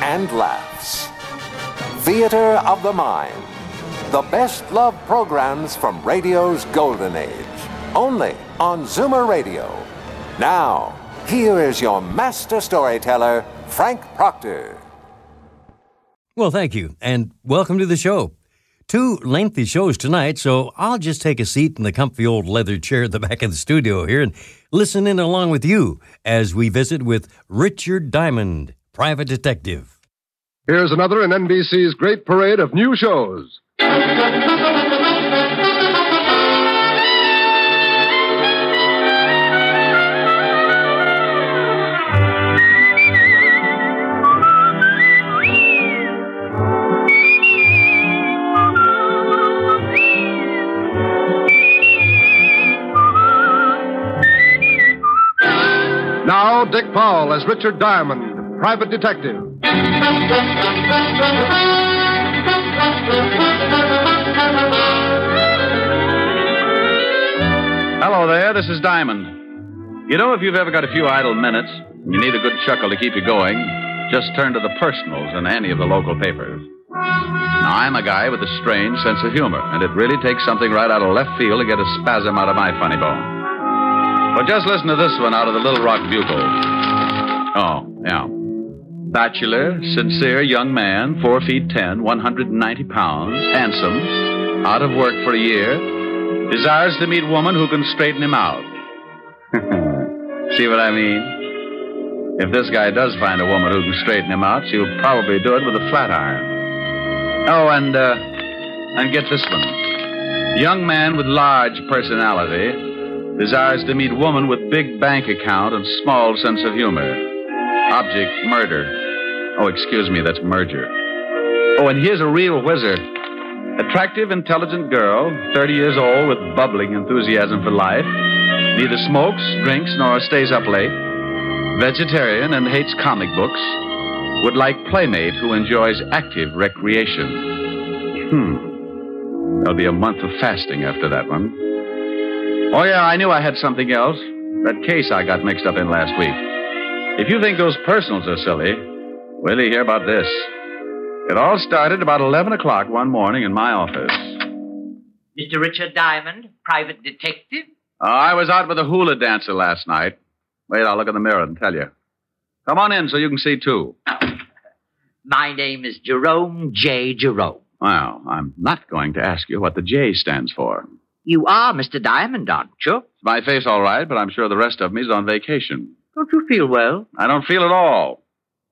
and laughs. Theater of the Mind. The best love programs from radio's golden age. Only on Zoomer Radio. Now, here is your master storyteller, Frank Proctor. Well, thank you, and welcome to the show. Two lengthy shows tonight, so I'll just take a seat in the comfy old leather chair at the back of the studio here and listen in along with you as we visit with Richard Diamond, private detective. Here's another in NBC's great parade of new shows. Now, Dick Powell as Richard Diamond, private detective. Hello there, this is Diamond. You know, if you've ever got a few idle minutes and you need a good chuckle to keep you going, just turn to the personals in any of the local papers. Now, I'm a guy with a strange sense of humor, and it really takes something right out of left field to get a spasm out of my funny bone. But just listen to this one out of the Little Rock Bugle. Oh, yeah. Bachelor, sincere young man, 4 feet 10, 190 pounds, handsome, out of work for a year, desires to meet woman who can straighten him out. See what I mean? If this guy does find a woman who can straighten him out, she'll probably do it with a flat iron. Oh, and, uh, and get this one. Young man with large personality desires to meet woman with big bank account and small sense of humor. Object murder. Oh, excuse me, that's merger. Oh, and here's a real whizzer. Attractive, intelligent girl, 30 years old, with bubbling enthusiasm for life. Neither smokes, drinks, nor stays up late. Vegetarian and hates comic books. Would like playmate who enjoys active recreation. Hmm. There'll be a month of fasting after that one. Oh, yeah, I knew I had something else. That case I got mixed up in last week. If you think those personals are silly, wait till you hear about this. It all started about 11 o'clock one morning in my office. Mr. Richard Diamond, private detective? Uh, I was out with a hula dancer last night. Wait, I'll look in the mirror and tell you. Come on in so you can see, too. My name is Jerome J. Jerome. Well, I'm not going to ask you what the J stands for. You are Mr. Diamond, aren't you? It's my face all right, but I'm sure the rest of me is on vacation. Don't you feel well? I don't feel at all.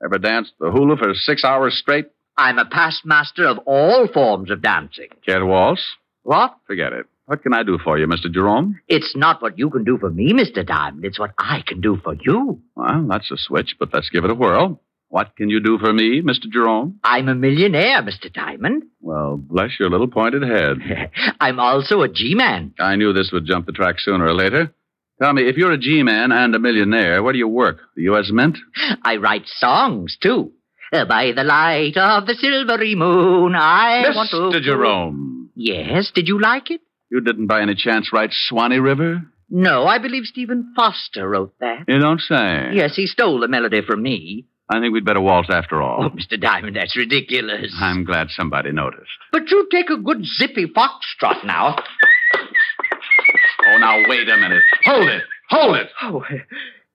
Ever danced the hula for six hours straight? I'm a past master of all forms of dancing. Care to waltz? What? Forget it. What can I do for you, Mr. Jerome? It's not what you can do for me, Mr. Diamond. It's what I can do for you. Well, that's a switch, but let's give it a whirl. What can you do for me, Mr. Jerome? I'm a millionaire, Mr. Diamond. Well, bless your little pointed head. I'm also a G man. I knew this would jump the track sooner or later. Tell me, if you're a G man and a millionaire, where do you work? The U.S. Mint? I write songs, too. Uh, By the light of the silvery moon, I want to. Mr. Jerome, Yes, did you like it? you didn't by any chance write Swanee River? No, I believe Stephen Foster wrote that. You don't say. Yes, he stole the melody from me. I think we'd better waltz after Oh, all. Mr. Diamond, that's ridiculous. I'm glad somebody noticed. But you take a good zippy foxtrot now. Oh, now wait a minute. Hold it. Hold it. Oh,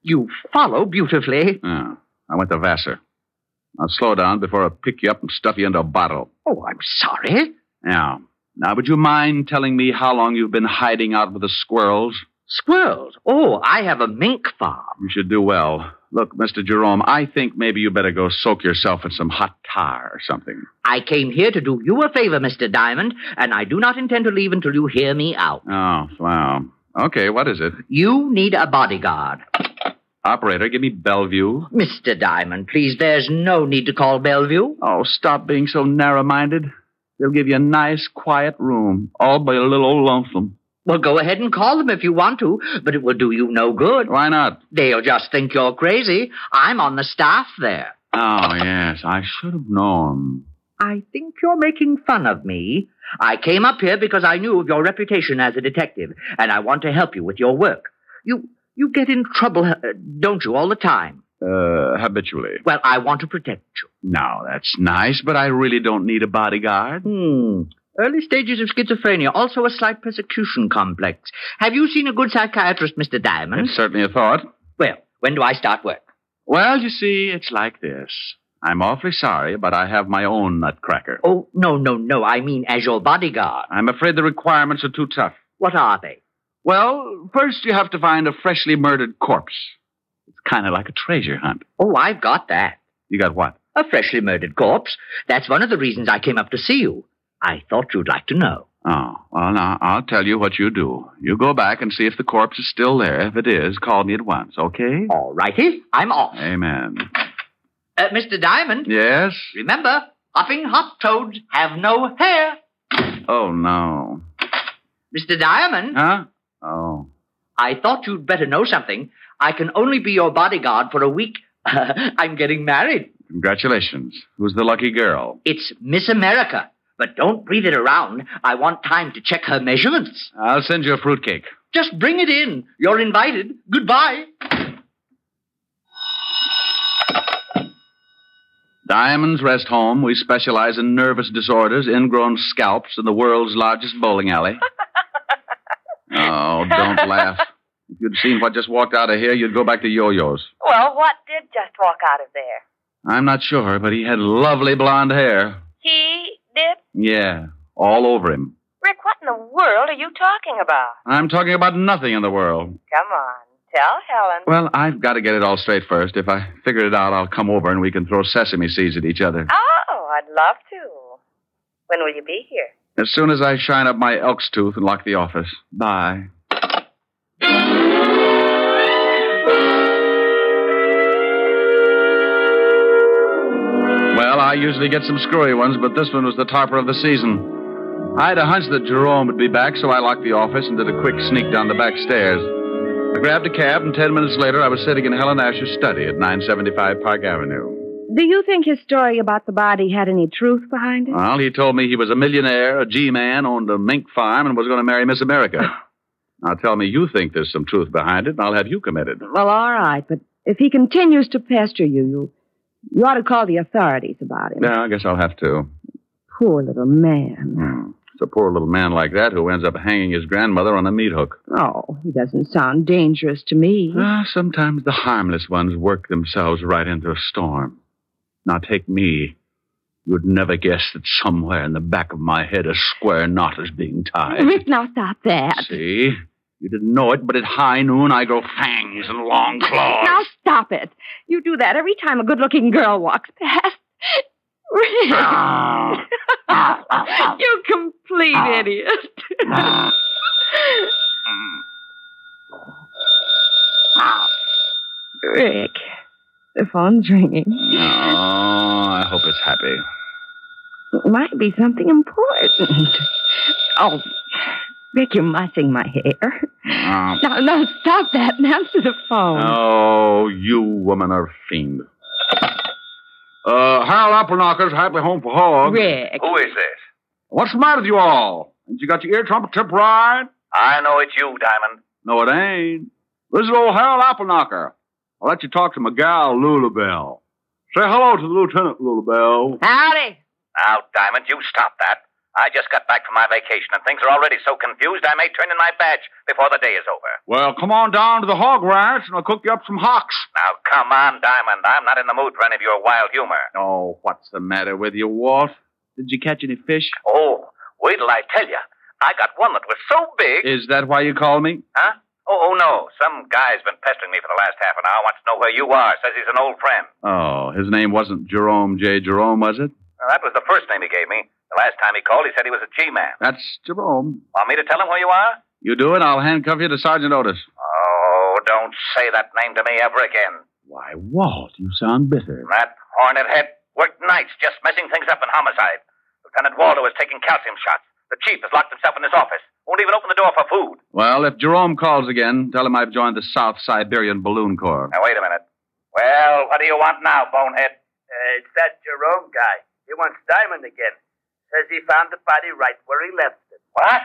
you follow beautifully. Yeah, I went to Vassar. Now slow down before I pick you up and stuff you into a bottle. Oh, I'm sorry. Now, now, would you mind telling me how long you've been hiding out with the squirrels? Squirrels. Oh, I have a mink farm. You should do well. Look, Mr. Jerome, I think maybe you better go soak yourself in some hot tar or something. I came here to do you a favor, Mr. Diamond, and I do not intend to leave until you hear me out. Oh, wow. Okay, what is it? You need a bodyguard. Operator, give me Bellevue. Mr. Diamond, please, there's no need to call Bellevue. Oh, stop being so narrow minded. They'll give you a nice, quiet room, all but a little old lonesome. Well, go ahead and call them if you want to, but it will do you no good. Why not? They'll just think you're crazy. I'm on the staff there. Oh, yes, I should have known. I think you're making fun of me. I came up here because I knew of your reputation as a detective, and I want to help you with your work. You you get in trouble, uh, don't you, all the time? Uh, habitually. Well, I want to protect you. Now, that's nice, but I really don't need a bodyguard. Hmm. Early stages of schizophrenia, also a slight persecution complex. Have you seen a good psychiatrist, Mr. Diamond? It's certainly a thought. Well, when do I start work? Well, you see, it's like this. I'm awfully sorry, but I have my own nutcracker. Oh, no, no, no. I mean, as your bodyguard. I'm afraid the requirements are too tough. What are they? Well, first you have to find a freshly murdered corpse. It's kind of like a treasure hunt. Oh, I've got that. You got what? A freshly murdered corpse. That's one of the reasons I came up to see you. I thought you'd like to know. Oh, well, now, I'll tell you what you do. You go back and see if the corpse is still there. If it is, call me at once, okay? All righty, I'm off. Amen. Uh, Mr. Diamond, Yes? remember, huffing hot toads have no hair. Oh, no. Mr. Diamond, Huh? Oh. I thought you'd better know something. I can only be your bodyguard for a week. I'm getting married. Congratulations. Who's the lucky girl? It's Miss America. But don't breathe it around. I want time to check her measurements. I'll send you a fruitcake. Just bring it in. You're invited. Goodbye. Diamonds Rest Home. We specialize in nervous disorders, ingrown scalps, and the world's largest bowling alley. oh, don't laugh. If you'd seen what just walked out of here, you'd go back to yo-yos. Well, what did just walk out of there? I'm not sure, but he had lovely blonde hair. He did? Yeah, all over him. Rick, what in the world are you talking about? I'm talking about nothing in the world. Come on, tell Helen. Well, I've got to get it all straight first. If I figure it out, I'll come over and we can throw sesame seeds at each other. Oh, I'd love to. When will you be here? As soon as I shine up my elk's tooth and lock the office. Bye. Well, I usually get some screwy ones, but this one was the topper of the season. I had a hunch that Jerome would be back, so I locked the office and did a quick sneak down the back stairs. I grabbed a cab, and ten minutes later, I was sitting in Helen Asher's study at 975 Park Avenue. Do you think his story about the body had any truth behind it? Well, he told me he was a millionaire, a G man, owned a mink farm, and was going to marry Miss America. now tell me you think there's some truth behind it, and I'll have you committed. well, all right, but if he continues to pester you, you you ought to call the authorities about him. Yeah, I guess I'll have to. Poor little man. Hmm. It's a poor little man like that who ends up hanging his grandmother on a meat hook. Oh, he doesn't sound dangerous to me. Ah, sometimes the harmless ones work themselves right into a storm. Now take me. You'd never guess that somewhere in the back of my head a square knot is being tied. Rick, now stop that. See? You didn't know it, but at high noon I grow fangs and long claws. Now stop it. You do that every time a good-looking girl walks past. Rick, Ah. you complete idiot. Rick, the phone's ringing. Oh, I hope it's happy. It might be something important. Oh, Rick, you're mussing my hair. Oh. No, no, stop that and answer the phone. Oh, you women are fiend. Uh, Harold Appelknocker's happily home for hog. Rick. Who is this? What's the matter with you all? Ain't you got your ear trumpet tip right? I know it's you, Diamond. No, it ain't. This is old Harold Appelknocker. I'll let you talk to my gal, Lulabelle. Say hello to the lieutenant, Lulabelle. Howdy. Now, Diamond, you stop that. I just got back from my vacation, and things are already so confused I may turn in my badge before the day is over. Well, come on down to the hog ranch and I'll cook you up some hocks. Now, come on, Diamond. I'm not in the mood for any of your wild humor. Oh, what's the matter with you, Walt? Did you catch any fish? Oh, wait till I tell you. I got one that was so big. Is that why you call me? Huh? Oh, oh, no. Some guy's been pestering me for the last half an hour, wants to know where you are, says he's an old friend. Oh, his name wasn't Jerome J. Jerome, was it? Now, that was the first name he gave me. The last time he called, he said he was a G-man. That's Jerome. Want me to tell him where you are? You do it, I'll handcuff you to Sergeant Otis. Oh, don't Don't say that name to me ever again. Why, Walt, you sound bitter. That hornet head worked nights just messing things up in homicide. Lieutenant Waldo is taking calcium shots. The chief has locked himself in his office. Won't even open the door for food. Well, if Jerome calls again, tell him I've joined the South Siberian Balloon Corps. Now, wait a minute. Well, what do you want now, bonehead? Uh, it's that Jerome guy. He wants Diamond again. Says he found the body right where he left it. What?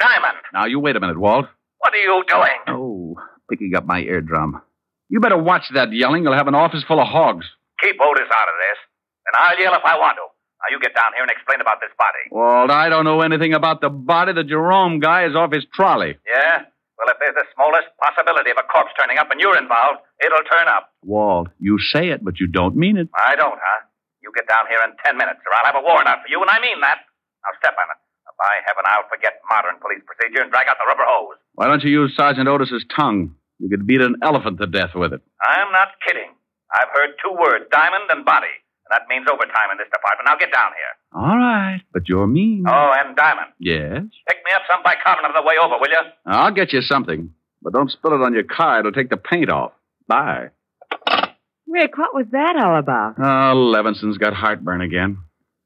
Diamond, Now, you wait a minute, Walt. what are you doing? Oh, picking up my eardrum. You better watch that yelling. You'll have an office full of hogs. Keep Otis out of this, and I'll yell if I want to. Now, you get down here and explain about this body. Walt, I don't know anything about the body. The Jerome guy is off his trolley. Yeah? Well, if there's the smallest possibility of a corpse turning up and you're involved, it'll turn up. Walt, you say it, but you don't mean it. I don't, huh? You get down here in ten minutes, or I'll have a warrant out for you, and I mean that. Now, step on it. By heaven, I'll forget modern police procedure and drag out the rubber hose. Why don't you use Sergeant Otis's tongue? You could beat an elephant to death with it. I'm not kidding. I've heard two words diamond and body, and that means overtime in this department. Now, get down here. All right, but you're mean. Oh, and diamond. Yes? Pick me up some bicarbonate on the way over, will you? I'll get you something, but don't spill it on your car. It'll take the paint off. Bye. Rick, what was that all about? Oh, Levinson's got heartburn again.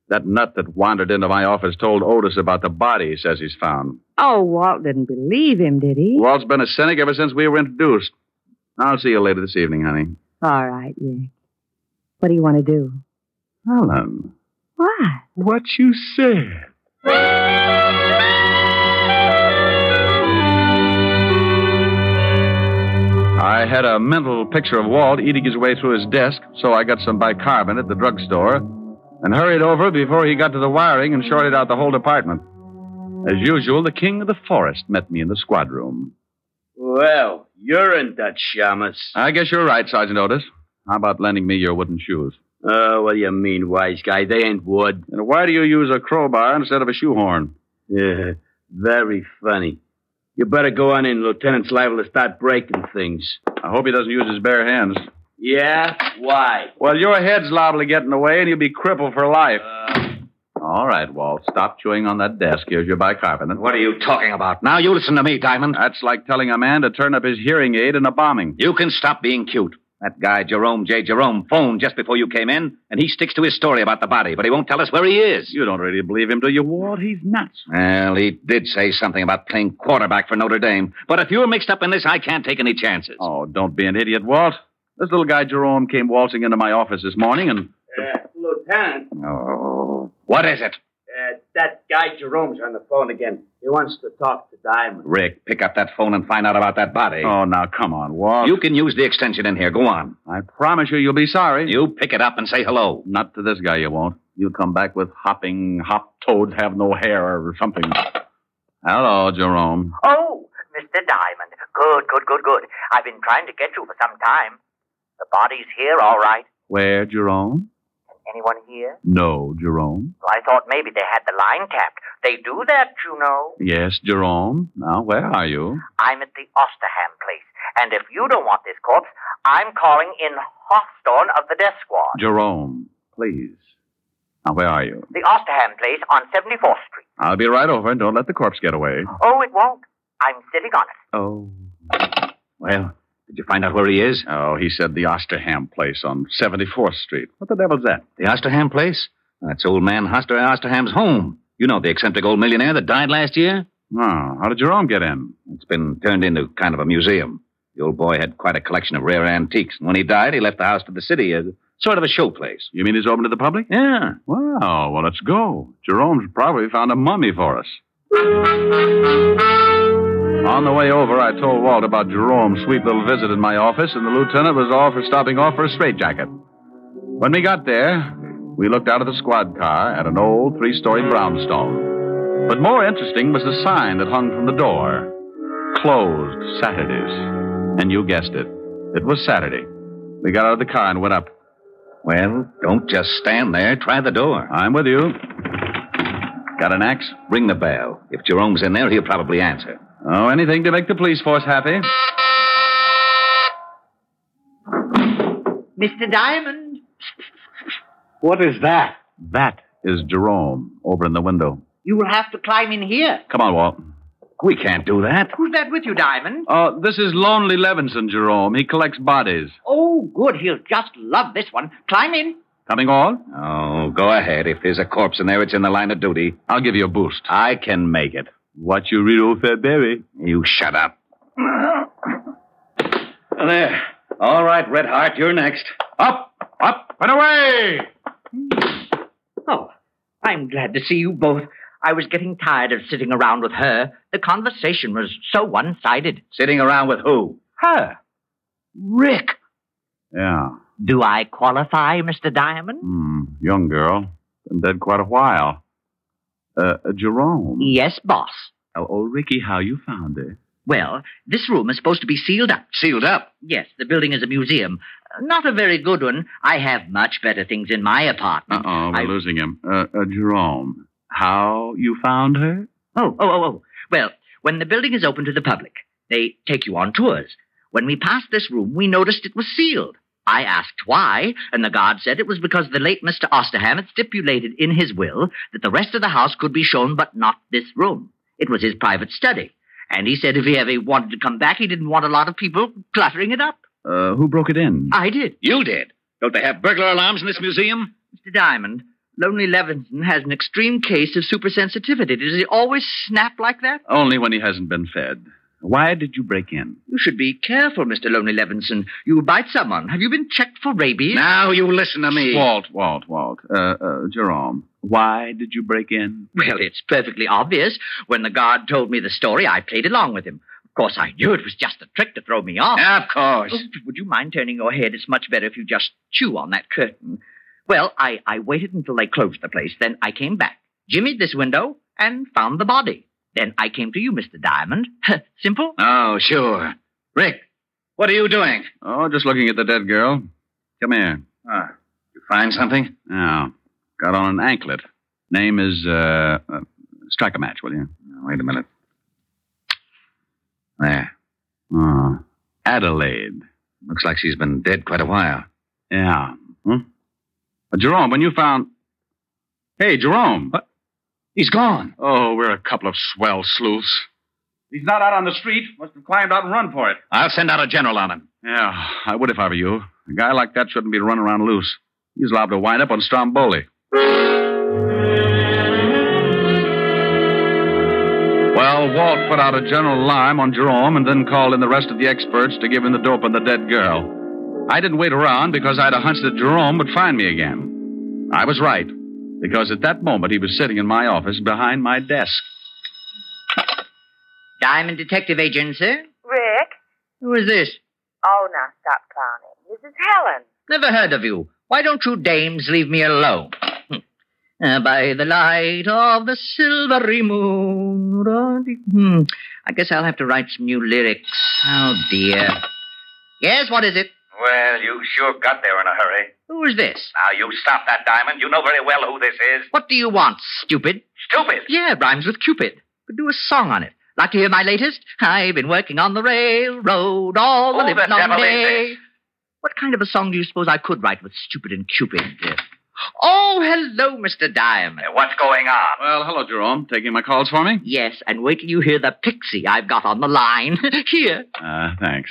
That nut that wandered into my office told Otis about the body he says he's found. Oh, Walt didn't believe him, did he? Walt's been a cynic ever since we were introduced. I'll see you later this evening, honey. All right, Rick. What do you want to do? Helen. Why? What you said. I had a mental picture of Walt eating his way through his desk, so I got some bicarbonate at the drugstore and hurried over before he got to the wiring and shorted out the whole department. As usual, the king of the forest met me in the squad room. Well, you're in Dutch, Shamus. I guess you're right, Sergeant Otis. How about lending me your wooden shoes? Oh, what do you mean, wise guy? They ain't wood. And why do you use a crowbar instead of a shoehorn? Yeah, very funny. You better go on in. Lieutenant's liable to start breaking things. I hope he doesn't use his bare hands. Yeah? Why? Well, your head's liable to get in the way, and you'll be crippled for life. Uh, All right, Walt. Stop chewing on that desk. Here's your bicarbonate. What are you talking about? Now you listen to me, Diamond. That's like telling a man to turn up his hearing aid in a bombing. You can stop being cute. That guy, Jerome J. Jerome, phoned just before you came in, and he sticks to his story about the body, but he won't tell us where he is. You don't really believe him, do you, Walt? He's nuts. Well, he did say something about playing quarterback for Notre Dame, but if you're mixed up in this, I can't take any chances. Oh, don't be an idiot, Walt. This little guy, Jerome, came waltzing into my office this morning and. Uh, Lieutenant, Oh. What is it? uh, that guy Jerome's on the phone again. He wants to talk to Diamond. Rick, pick up that phone and find out about that body. Oh, now, come on, Walt. You can use the extension in here. Go on. I promise you, you'll be sorry. You pick it up and say hello. Not to this guy, you won't. You'll come back with hopping, hop toads have no hair or something. Hello, Jerome. Oh, Mr. Diamond. Good, good, good, good. I've been trying to get you for some time. The body's here, all right. Where, Jerome? Anyone here? No, Jerome. Well, I thought maybe they had the line tapped. They do that, you know. Yes, Jerome. Now, where are you? I'm at the Osterham place. And if you don't want this corpse, I'm calling in Hawthorne of the Death Squad. Jerome, please. Now, where are you? The Osterham place on 74th Street. I'll be right over. Don't let the corpse get away. Oh, it won't. I'm sitting on it. Oh. Well, did you find out where he is? Oh, he said the Osterham place on 74th Street. What the devil's that? The Osterham place? That's old man Hoster Osterham's home. You know the eccentric old millionaire that died last year? Oh, how did Jerome get in? It's been turned into kind of a museum. The old boy had quite a collection of rare antiques, and when he died, he left the house to the city as sort of a showplace. You mean he's open to the public? Yeah. Wow, well, let's go. Jerome's probably found a mummy for us. On the way over, I told Walt about Jerome's sweet little visit in my office, and the lieutenant was all for stopping off for a straitjacket. When we got there, we looked out of the squad car at an old three story brownstone. But more interesting was the sign that hung from the door Closed Saturdays. And you guessed it. It was Saturday. We got out of the car and went up. Well, don't just stand there. Try the door. I'm with you. Got an axe? Ring the bell. If Jerome's in there, he'll probably answer. Oh, anything to make the police force happy. Mr. Diamond. What is that? That is Jerome over in the window. You will have to climb in here. Come on, Walt. We can't do that. Who's that with you, Diamond? Oh, this is Lonely Levinson, Jerome. He collects bodies. Oh, good. He'll just love this one. Climb in. Coming on? Oh, go ahead. If there's a corpse in there, it's in the line of duty. I'll give you a boost. I can make it. Watch you read old Fairberry. You shut up. There. All right, Red Heart, you're next. Up, up, and away! Hmm. Oh, I'm glad to see you both. I was getting tired of sitting around with her. The conversation was so one sided. Sitting around with who? Her. Rick. Yeah. Do I qualify, Mr. Diamond? Hmm, young girl. Been dead quite a while. Uh, uh, Jerome. Yes, boss. Oh, oh, Ricky, how you found her? Well, this room is supposed to be sealed up. Sealed up. Yes, the building is a museum. Uh, Not a very good one. I have much better things in my apartment. Uh-oh, we're I- losing him. Uh, uh, Jerome, how you found her? Oh, oh, oh, oh. Well, when the building is open to the public, they take you on tours. When we passed this room, we noticed it was sealed. I asked why, and the guard said it was because the late Mr. Osterham had stipulated in his will that the rest of the house could be shown, but not this room. It was his private study. And he said if he ever wanted to come back, he didn't want a lot of people cluttering it up. Uh, who broke it in? I did. You did. Don't they have burglar alarms in this museum? Mr. Diamond, Lonely Levinson has an extreme case of supersensitivity. Does he always snap like that? Only when he hasn't been fed. Why did you break in? You should be careful, Mr. Lonely Levinson. You bite someone. Have you been checked for rabies? Oh, Now you listen to me. Walt, Walt, Walt. Uh, uh, Jerome, why did you break in? Well, it's perfectly obvious. When the guard told me the story, I played along with him. Of course, I knew it was just a trick to throw me off. Of course. Oh, would you mind turning your head? It's much better if you just chew on that curtain. Well, I, I waited until they closed the place. Then I came back, jimmied this window, and found the body. Then I came to you, Mr. Diamond. Simple? Oh, sure. Rick, what are you doing? Oh, just looking at the dead girl. Come here. Ah, you find something? Now, got on an anklet. Name is, uh, uh strike a match, will you? Oh, Now, Wait a minute. There. Oh, Adelaide. Hmm. Looks like she's been dead quite a while. Yeah. Hmm? Uh, Jerome, when you found. Hey, Jerome. He's gone. Oh, we're a couple of swell sleuths. He's not out on the street. Must have climbed out and run for it. I'll send out a general on him. Yeah, I would Uh, if I were you. A guy like that shouldn't be running around loose. He's liable to wind up on Stromboli. Well, Walt put out a general alarm on Jerome and then called in the rest of the experts to give him the dope on the dead girl. I didn't wait around because I had a hunch that Jerome would find me again. I was right, because at that moment he was sitting in my office behind my desk. Diamond Detective Agency? Rick? Who is this? Oh, now stop clowning. This is Helen. Never heard of you. Why don't you dames leave me alone? Uh, By the light of the silvery moon. Hmm, I guess I'll have to write some new lyrics. Oh, dear. Yes, what is it? Well, you sure got there in a hurry. Who is this? Now, you stop that, Diamond. You know very well who this is. What do you want, stupid? Stupid! Yeah, rhymes with Cupid. Could do a song on it. Like to hear my latest? I've been working on the railroad all the Who living the long devil is day. this? What kind of a song do you suppose I could write with Stupid and Cupid? Uh, Oh, hello, Mr. Diamond. Uh, What's going on? Well, hello, Jerome. Taking my calls for me? Yes, and wait till you hear the pixie I've got on the line. Here. Uh, thanks.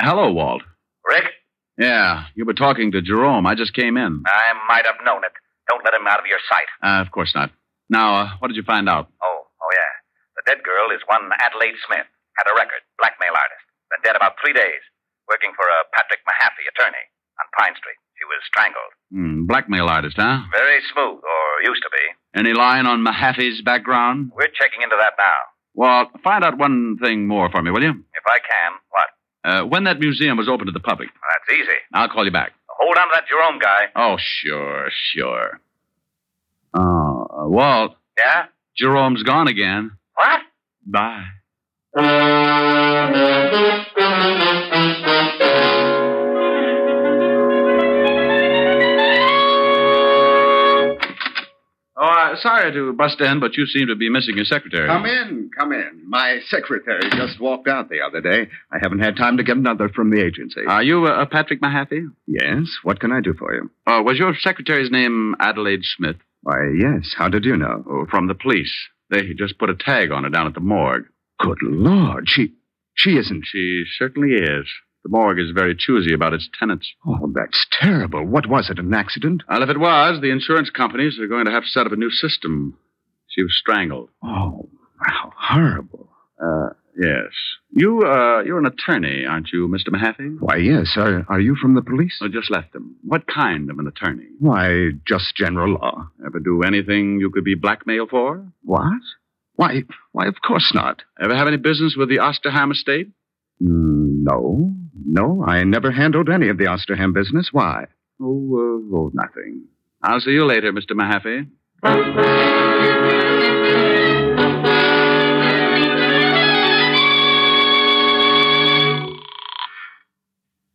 Hello, Walt. Rick, Yeah, you were talking to Jerome. I just came in. I might have known it. Don't let him out of your sight. Uh, of course not. Now, uh, what did you find out? Oh, oh, yeah. The dead girl is one Adelaide Smith. Had a record, blackmail artist. Been dead about three days. Working for a Patrick Mahaffey attorney on Pine Street. She was strangled. Hmm, blackmail artist, huh? Very smooth, or used to be. Any line on Mahaffey's background? We're checking into that now. Well, find out one thing more for me, will you? If I can, what? Uh, when that museum was open to the public, Well, that's easy. I'll call you back. Hold on to that Jerome guy. Oh, sure, sure. Oh, uh, Walt, Yeah? Jerome's gone again. What? Bye. Oh, uh, sorry to bust in, but you seem to be missing your secretary. Come in, come in. My secretary just walked out the other day. I haven't had time to get another from the agency. Are you uh, Patrick Mahaffey? yes, what can I do for you? Uh, was your secretary's name Adelaide Smith? Why, yes, how did you know? Oh, from the police. They just put a tag on her down at the morgue. Good Lord, she she isn't. She certainly is. The morgue is very choosy about its tenants. Oh, that's terrible. What was it? An accident? Well, if it was, the insurance companies are going to have to set up a new system. She was strangled. Oh, how horrible. Uh, yes. You, uh, you're an attorney, aren't you, Mr. Mahaffey? Why, yes. Are, are you from the police? I just left them. What kind of an attorney? Why, just general uh, law. Ever do anything you could be blackmailed for? What? Why, why, of course not. Ever have any business with the Osterham estate? Mm, No, no, I never handled any of the Osterham business. Why? Oh, uh, oh, nothing. I'll see you later, Mr. Mahaffey.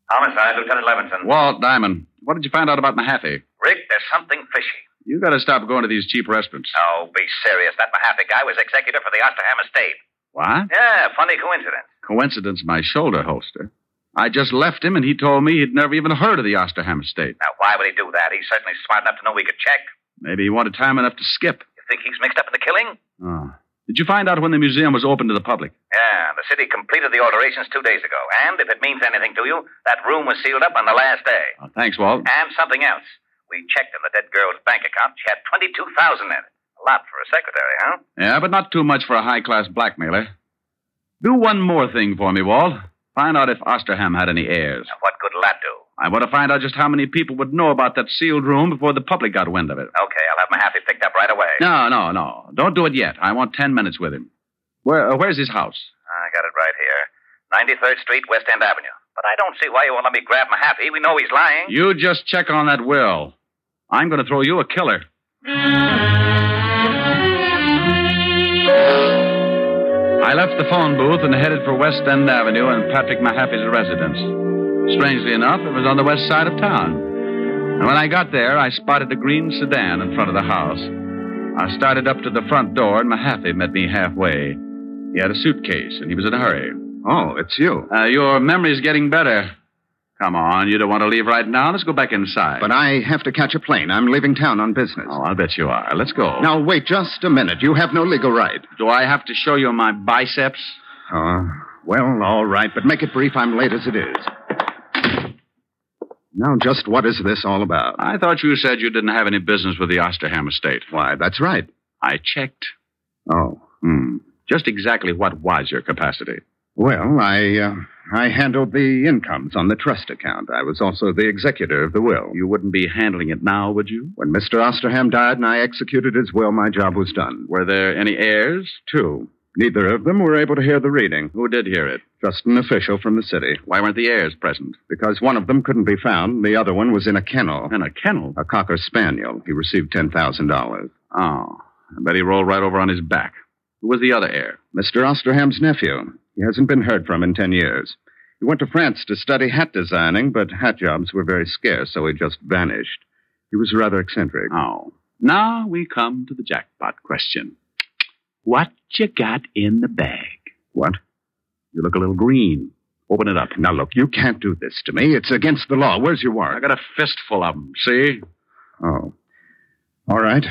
Homicide, Lieutenant Levinson. Walt Diamond, what did you find out about Mahaffey? Rick, there's something fishy. You got to stop going to these cheap restaurants. Oh, be serious. That Mahaffey guy was executor for the Osterham estate. What? Yeah, funny coincidence. Coincidence, my shoulder holster. I just left him, and he told me he'd never even heard of the Osterham estate. Now, why would he do that? He's certainly smart enough to know we could check. Maybe he wanted time enough to skip. You think he's mixed up in the killing? Oh. Did you find out when the museum was open to the public? Yeah, the city completed the alterations two days ago. And if it means anything to you, that room was sealed up on the last day. Oh, thanks, Walt. And something else. We checked in the dead girl's bank account. She had 22000 in it. A lot for a secretary, huh? Yeah, but not too much for a high class blackmailer. Do one more thing for me, Walt. Find out if Osterham had any heirs. Now, what good will that do? I want to find out just how many people would know about that sealed room before the public got wind of it. Okay, I'll have Mahaffey picked up right away. No, no, no. Don't do it yet. I want ten minutes with him. Where, uh, where's his house? I got it right here. 93rd Street, West End Avenue. But I don't see why you won't let me grab Mahaffey. We know he's lying. You just check on that will. I'm going to throw you a killer. I left the phone booth and headed for West End Avenue and Patrick Mahaffey's residence. Strangely enough, it was on the west side of town. And when I got there, I spotted a green sedan in front of the house. I started up to the front door, and Mahaffey met me halfway. He had a suitcase, and he was in a hurry. Oh, it's you. Uh, your memory's getting better. Come on, you don't want to leave right now. Let's go back inside. But I have to catch a plane. I'm leaving town on business. Oh, I'll bet you are. Let's go. Now, wait just a minute. You have no legal right. Do I have to show you my biceps? Oh, well, all right, but make it brief. I'm late as it is. Now, just what is this all about? I thought you said you didn't have any business with the Osterham estate. Why, that's right. I checked. Oh, Hmm. Just exactly what was your capacity? well, I, uh, I handled the incomes on the trust account. I was also the executor of the will. You wouldn't be handling it now, would you? When Mr. Osterham died and I executed his will, my job was done. Were there any heirs? Two. Neither of them were able to hear the reading. Who did hear it? Just an official from the city. Why weren't the heirs present? Because one of them couldn't be found, the other one was in a kennel. In a kennel? A cocker spaniel. He received $10,000. Oh, I bet he rolled right over on his back. Who was the other heir? Mr. Osterham's nephew. He hasn't been heard from in 10 years. He went to France to study hat designing, but hat jobs were very scarce, so he just vanished. He was rather eccentric. Oh. Now we come to the jackpot question. What you got in the bag? What? You look a little green. Open it up. Now, look, you can't do this to me. It's against the law. Where's your I warrant? got a fistful of 'em. See? Oh. All right.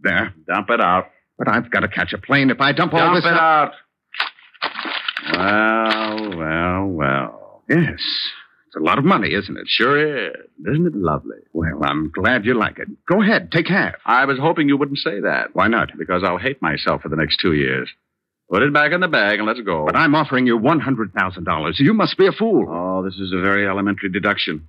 There. Dump it out. But I've got to catch a plane if I dump all Dump this. it out. Well, well, well. Yes. It's a lot of money, isn't it? Sure is. Isn't it lovely? Well, I'm glad you like it. Go ahead, take half. I was hoping you wouldn't say that. Why not? Because I'll hate myself for the next two years. Put it back in the bag and let's go. But I'm offering you $100,000. You must be a fool. Oh, this is a very elementary deduction.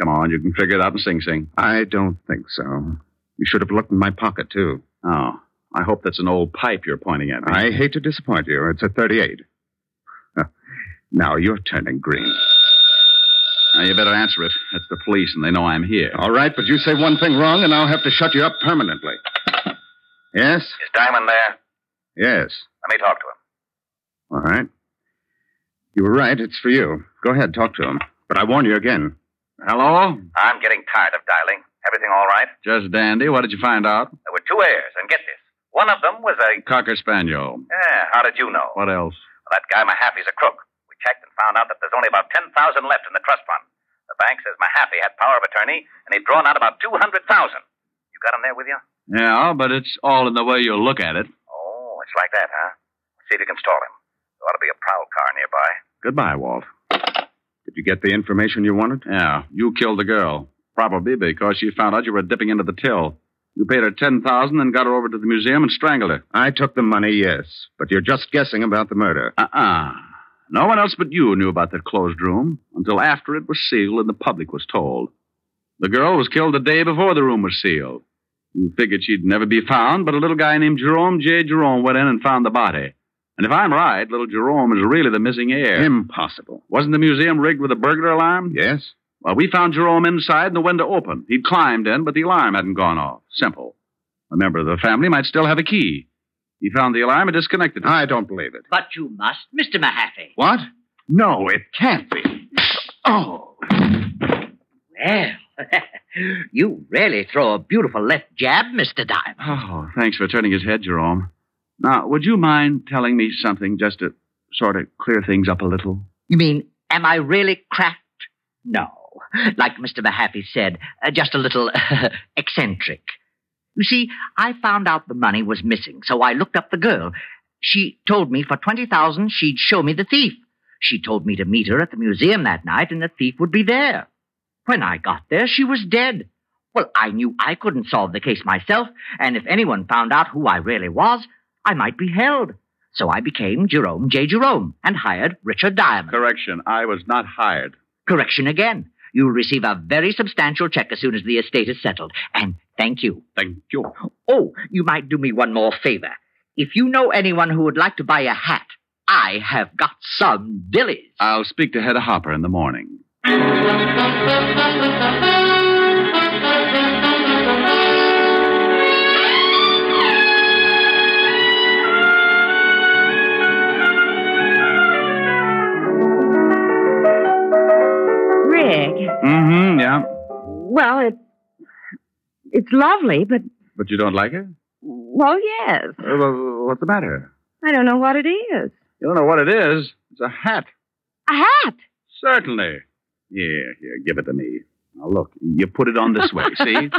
Come on, you can figure it out in Sing Sing. I don't think so. You should have looked in my pocket, too. Oh, I hope that's an old pipe you're pointing at me. I hate to disappoint you. It's a 38. now you're turning green. Now, you better answer it. That's the police, and they know I'm here. All right, but you say one thing wrong, and I'll have to shut you up permanently. Yes? Is Diamond there? Yes. Let me talk to him. All right. You were right. It's for you. Go ahead, talk to him. But I warn you again. Hello? I'm getting tired of dialing. Everything all right? Just dandy. What did you find out? There were two heirs, and get this. One of them was a. Cocker Spaniel. Yeah, how did you know? What else? That guy Mahaffey's a crook. We checked and found out that there's only about 10,000 left in the trust fund. The bank says Mahaffey had power of attorney, and he'd drawn out about 200,000. You got him there with you? Yeah, but it's all in the way you look at it. Oh, I It's like that, huh? See if you can stall him. There ought to be a prowl car nearby. Goodbye, Walt. Did you get the information you wanted? Yeah, you killed the girl. Probably because she found out you were dipping into the till. You paid her 10000 and got her over to the museum and strangled her. I took the money, yes. But you're just guessing about the murder. Uh-uh. No one else but you knew about that closed room until after it was sealed and the public was told. The girl was killed the day before the room was sealed. You figured she'd never be found, but a little guy named Jerome J. Jerome went in and found the body. And if I'm right, little Jerome is really the missing heir. Impossible. Wasn't the museum rigged with a burglar alarm? Yes? Well, we found Jerome inside and the window open. He'd climbed in, but the alarm hadn't gone off. Simple. A member of the family might still have a key. He found the alarm and disconnected it. I don't believe it. But you must, Mr. Mahaffey. What? No, it can't be. Oh. Well, you really throw a beautiful left jab, Mr. Diamond. Oh, thanks for turning his head, Jerome. Now, would you mind telling me something just to sort of clear things up a little? You mean, am I really cracked? No. Like Mr. Mahaffey said, uh, just a little eccentric. You see, I found out the money was missing, so I looked up the girl. She told me for 20,000 she'd show me the thief. She told me to meet her at the museum that night and the thief would be there. When I got there, she was dead. Well, I knew I couldn't solve the case myself, and if anyone found out who I really was, I might be held. So I became Jerome J. Jerome and hired Richard Diamond. Correction, I was not hired. Correction again. You receive a very substantial check as soon as the estate is settled. And thank you. Thank you. Oh, you might do me one more favor. If you know anyone who would like to buy a hat, I have got some dillies. I'll speak to Hedda Hopper in the morning. Rick. Mm-hmm, yeah. Well, it, it's lovely, but, But you don't like it? well, yes. Uh, well, what's the matter? I don't know what it is. You don't know what it is. It's a hat. A hat. Certainly. Here, here, give it to me. Now look, you put it on this way, see?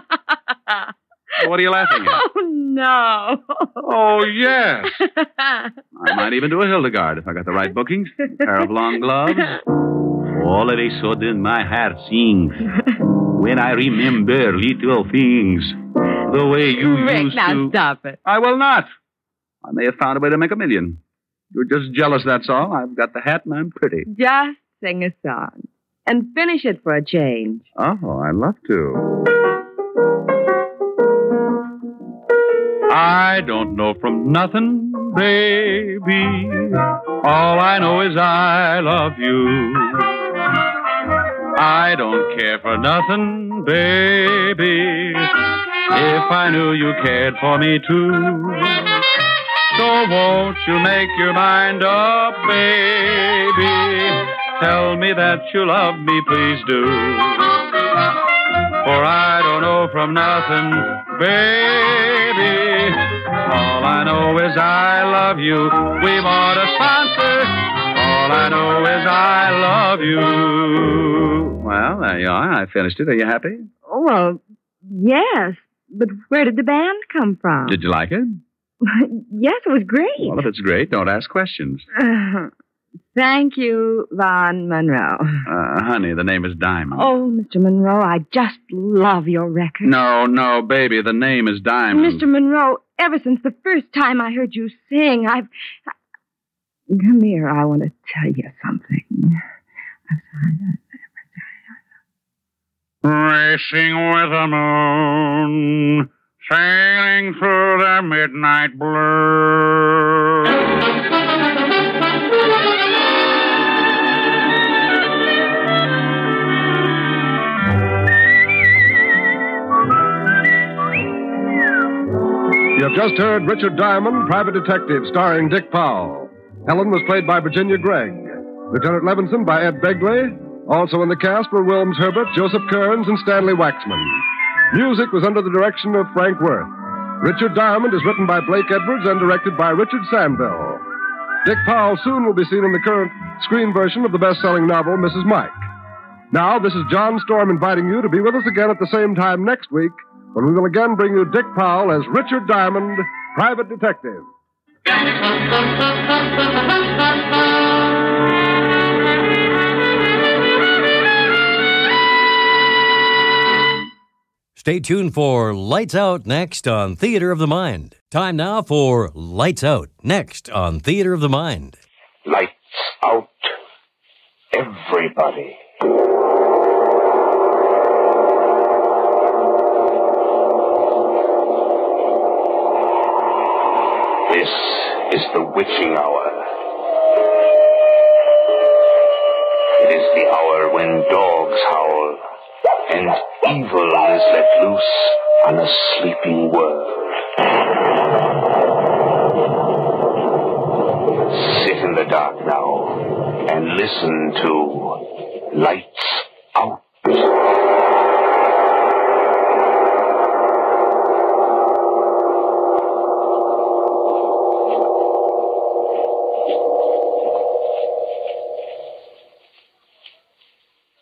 what are you laughing at? Oh, no. Oh, yes. I might even do a Hildegard if I got the right bookings. pair of long gloves. All of a sudden, my heart sings when I remember little things. The way you Rick, used now to. stop it. I will not. I may have found a way to make a million. You're just jealous, that's all. I've got the hat and I'm pretty. Just sing a song and finish it for a change. Oh, I'd love to. I don't know from nothing, baby. All I know is I love you. I don't care for nothing, baby. If I knew you cared for me too. So won't you make your mind up, baby? Tell me that you love me, please do. For I don't know from nothing, baby. All I know is I love you. We want a sponsor. All I know is I love you. Well, there you are. I finished it. Are you happy? Oh, well, yes. But where did the band come from? Did you like it? yes, it was great. Well, if it's great, don't ask questions. Thank you, Von Monroe. Uh, honey, the name is Diamond. Oh, Mr. Monroe, I just love your record. No, no, baby, the name is Diamond. Mr. Monroe, ever since the first time I heard you sing, I've. I- Come here, I want to tell you something. Racing with the moon, sailing through the midnight blue. You've just heard Richard Diamond, Private Detective, starring Dick Powell. Helen was played by Virginia Gregg. Lieutenant Levinson by Ed Begley. Also in the cast were Wilms Herbert, Joseph Kearns, and Stanley Waxman. Music was under the direction of Frank Worth. Richard Diamond is written by Blake Edwards and directed by Richard Sandville. Dick Powell soon will be seen in the current screen version of the best selling novel, Mrs. Mike. Now, this is John Storm inviting you to be with us again at the same time next week when we will again bring you Dick Powell as Richard Diamond, Private Detective. Stay tuned for Lights Out next on Theater of the Mind. Time now for Lights Out next on Theater of the Mind. Lights out. Everybody. This is the witching hour. It is the hour when dogs howl and evil is let loose on a sleeping world. Sit in the dark now and listen to Lights Out.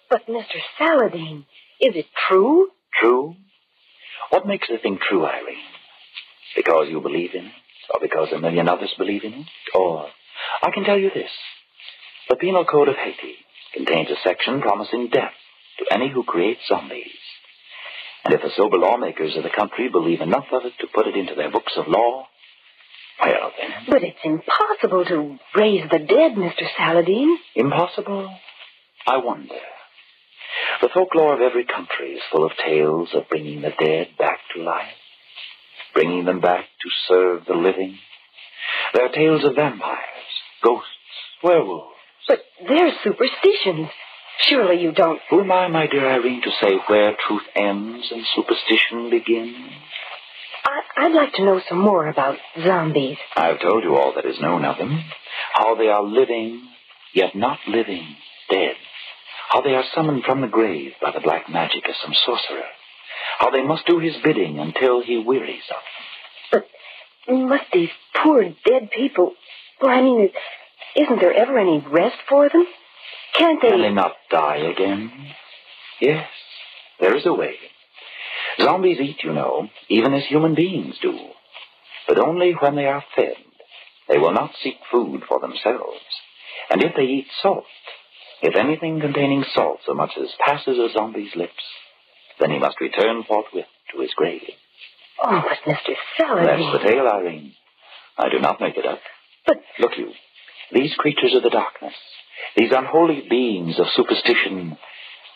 But, Mr. Saladin, is it true? True? What makes the thing true, Irene? Because you believe in it? Or because a million others believe in it? Or, I can tell you this. The Penal Code of Haiti contains a section promising death to any who create zombies. And if the sober lawmakers of the country believe enough of it to put it into their books of law, well then, But it's impossible to raise the dead, Mr. Saladin. Impossible? I wonder. The folklore of every country is full of tales of bringing the dead back to life, bringing them back to serve the living. There are tales of vampires, ghosts, werewolves. But they're superstitions. Surely you don't. Who am I, my dear Irene, to say where truth ends and superstition begins? I- I'd like to know some more about zombies. I've told you all that is known of them. How they are living, yet not living, dead. How they are summoned from the grave by the black magic of some sorcerer. How they must do his bidding until he wearies of them. Must these poor dead people. Well, I mean, isn't there ever any rest for them? Can't they? Can they not die again? Yes, there is a way. Zombies eat, you know, even as human beings do. But only when they are fed. They will not seek food for themselves. And if they eat salt, if anything containing salt so much as passes a zombie's lips, then he must return forthwith to his grave. Oh, but Mr. Saladin. That's the tale, Irene. I do not make it up. But look you, these creatures of the darkness, these unholy beings of superstition,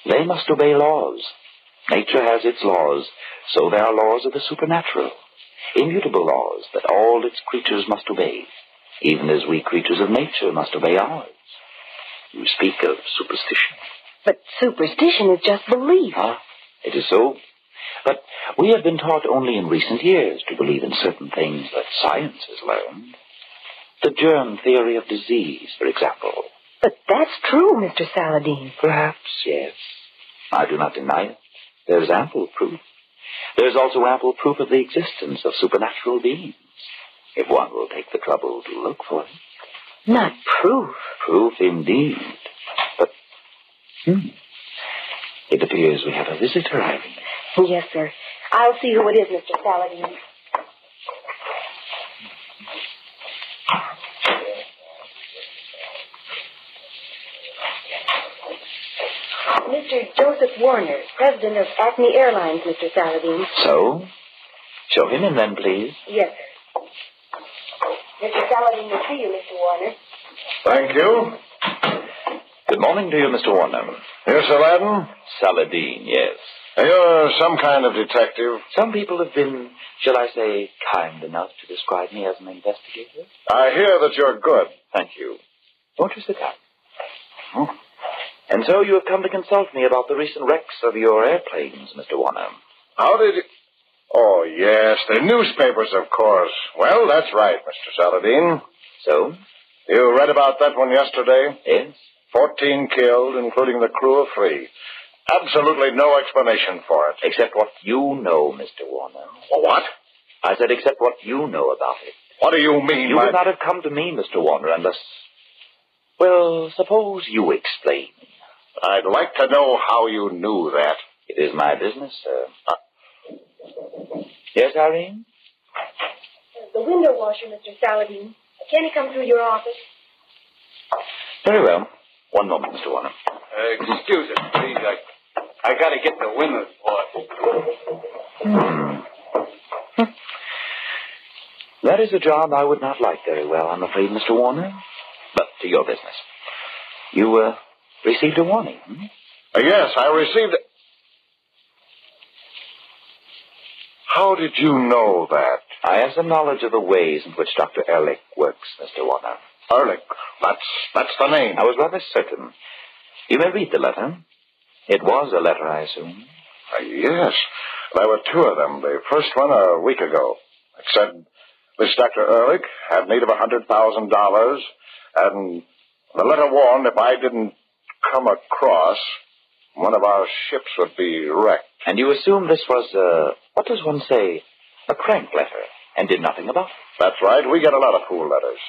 they must obey laws. Nature has its laws, so there are laws of the supernatural, immutable laws that all its creatures must obey, even as we creatures of nature must obey ours. You speak of superstition. But superstition is just belief. Ah, it is so. But we have been taught only in recent years to believe in certain things that science has learned. The germ theory of disease, for example. But that's true, Mr. Saladin. Perhaps, yes. I do not deny it. There is ample proof. There is also ample proof of the existence of supernatural beings, if one will take the trouble to look for them. Not proof. Proof indeed. But, hmm. It appears we have a visitor, Irene. Yes, sir. I'll see who it is, Mr. Saladin. Mr. Joseph Warner, president of Acme Airlines, Mr. Saladin. So? Show him in then, please. Yes, sir. Mr. Saladin will see you, Mr. Warner. Thank you. Good morning to you, Mr. Warner. Yes, Aladdin? Saladin, yes. You're some kind of detective. Some people have been, shall I say, kind enough to describe me as an investigator. I hear that you're good. Thank you. Won't you sit down? Oh. And so you have come to consult me about the recent wrecks of your airplanes, Mr. Warner. How did it. Oh, yes, the newspapers, of course. Well, that's right, Mr. Saladin. So? You read about that one yesterday? Yes. Fourteen killed, including the crew of three. Absolutely no explanation for it. Except what you know, Mr. Warner. What? I said, except what you know about it. What do you mean You by... would not have come to me, Mr. Warner, unless. Well, suppose you explain. I'd like to know how you knew that. It is my business, sir. yes, Irene? The window washer, Mr. Saladin. Can he come through your office? Very well. One moment, Mr. Warner. Uh, excuse us, please. I, I gotta get the winner's board. That is a job I would not like very well, I'm afraid, Mr. Warner. But to your business. You, uh, received a warning. Hmm? Uh, yes, I received it. How did you know that? I have some knowledge of the ways in which Dr. Ehrlich works, Mr. Warner. Ehrlich? That's, that's the name. I was rather certain. You may read the letter. It was a letter, I assume. Uh, yes. There were two of them. The first one a week ago. It said, This Dr. Ehrlich had need of a $100,000, and the letter warned if I didn't come across, one of our ships would be wrecked. And you assume this was a, what does one say, a crank letter, and did nothing about it? That's right. We get a lot of fool letters.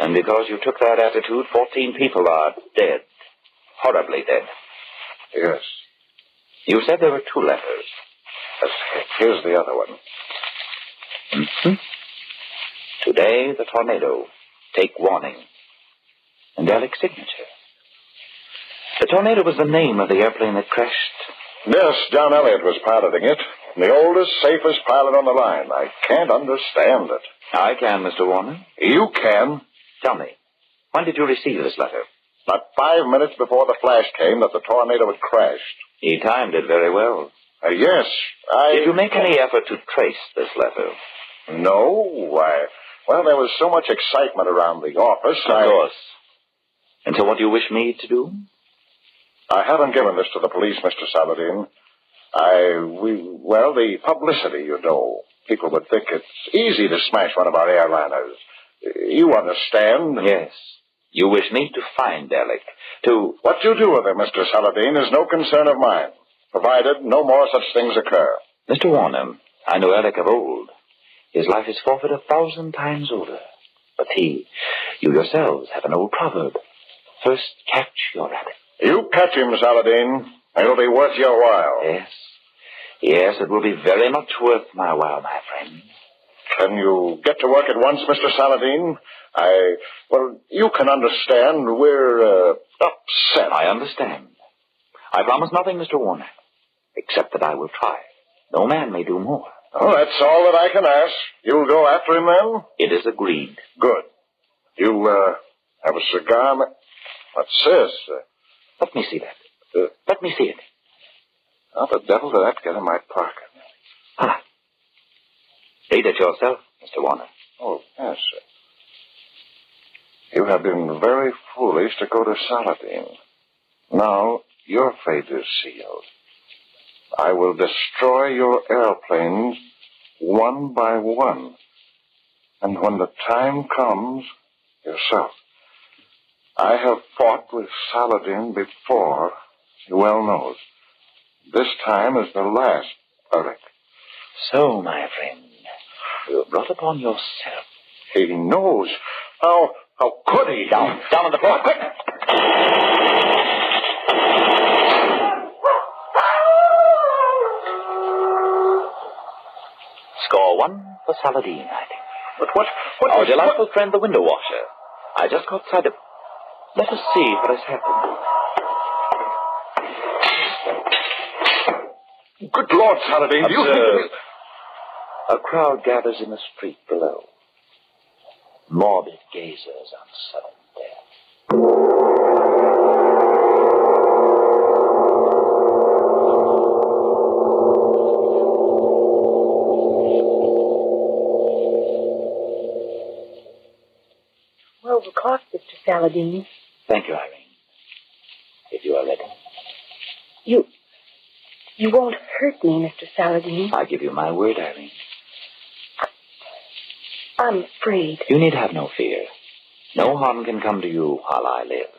And because you took that attitude, 14 people are dead. Horribly dead. Yes. You said there were two letters. Here's the other one. Today, the tornado. Take warning. And Alec's signature. The tornado was the name of the airplane that crashed. Yes, John Elliott was piloting it. The oldest, safest pilot on the line. I can't understand it. I can, Mr. Warner. You can. Tell me, when did you receive this letter? Not five minutes before the flash came that the tornado had crashed. He timed it very well. Uh, yes, I. Did you make any effort to trace this letter? No, I. Well, there was so much excitement around the office. Of I, course. And so what do you wish me to do? I haven't given this to the police, Mr. Saladin. I. We. Well, the publicity, you know. People would think it's easy to smash one of our airliners. You understand? Yes. You wish me to find Alec. To. What you do with him, Mr. Saladin, is no concern of mine, provided no more such things occur. Mr. Warner, I know Alec of old. His life is forfeit a thousand times over. But he, you yourselves have an old proverb. First catch your rabbit. You catch him, Saladin. It'll be worth your while. Yes. Yes, it will be very much worth my while, my friend. Can you get to work at once, Mr. Saladin? I. Well, you can understand. We're uh, upset. I understand. I promise nothing, Mr. Warner, except that I will try. No man may do more. Oh, that's all that I can ask. You'll go after him then? It is agreed. Good. You, uh, have a cigar? ma- What's this? Uh, Let me see that. Let me see it. how Uh, the devil did that get in my pocket? Read it yourself, Mr. Warner. Oh, yes, sir. You have been very foolish to go to Saladin. Now your fate is sealed. I will destroy your airplanes one by one. And when the time comes, yourself. I have fought with Saladin before, he well knows. This time is the last, Eric. So, my friend, you have brought upon yourself. He knows. How how could he? Down, down on the floor, quick! Score one for Saladin, I think. But what what Our was- delightful friend, the window washer. I just caught sight of. Let us see what has happened. Good Lord, Saladin, do you think... Observe. A crowd gathers in the street below. Morbid gazers on sudden death. Twelve o'clock, Mr. Saladin. Thank you, Irene. If you are ready, You. You won't hurt me, Mr. Saladin. I give you my word, Irene. I'm afraid. You need have no fear. No harm can come to you while I live.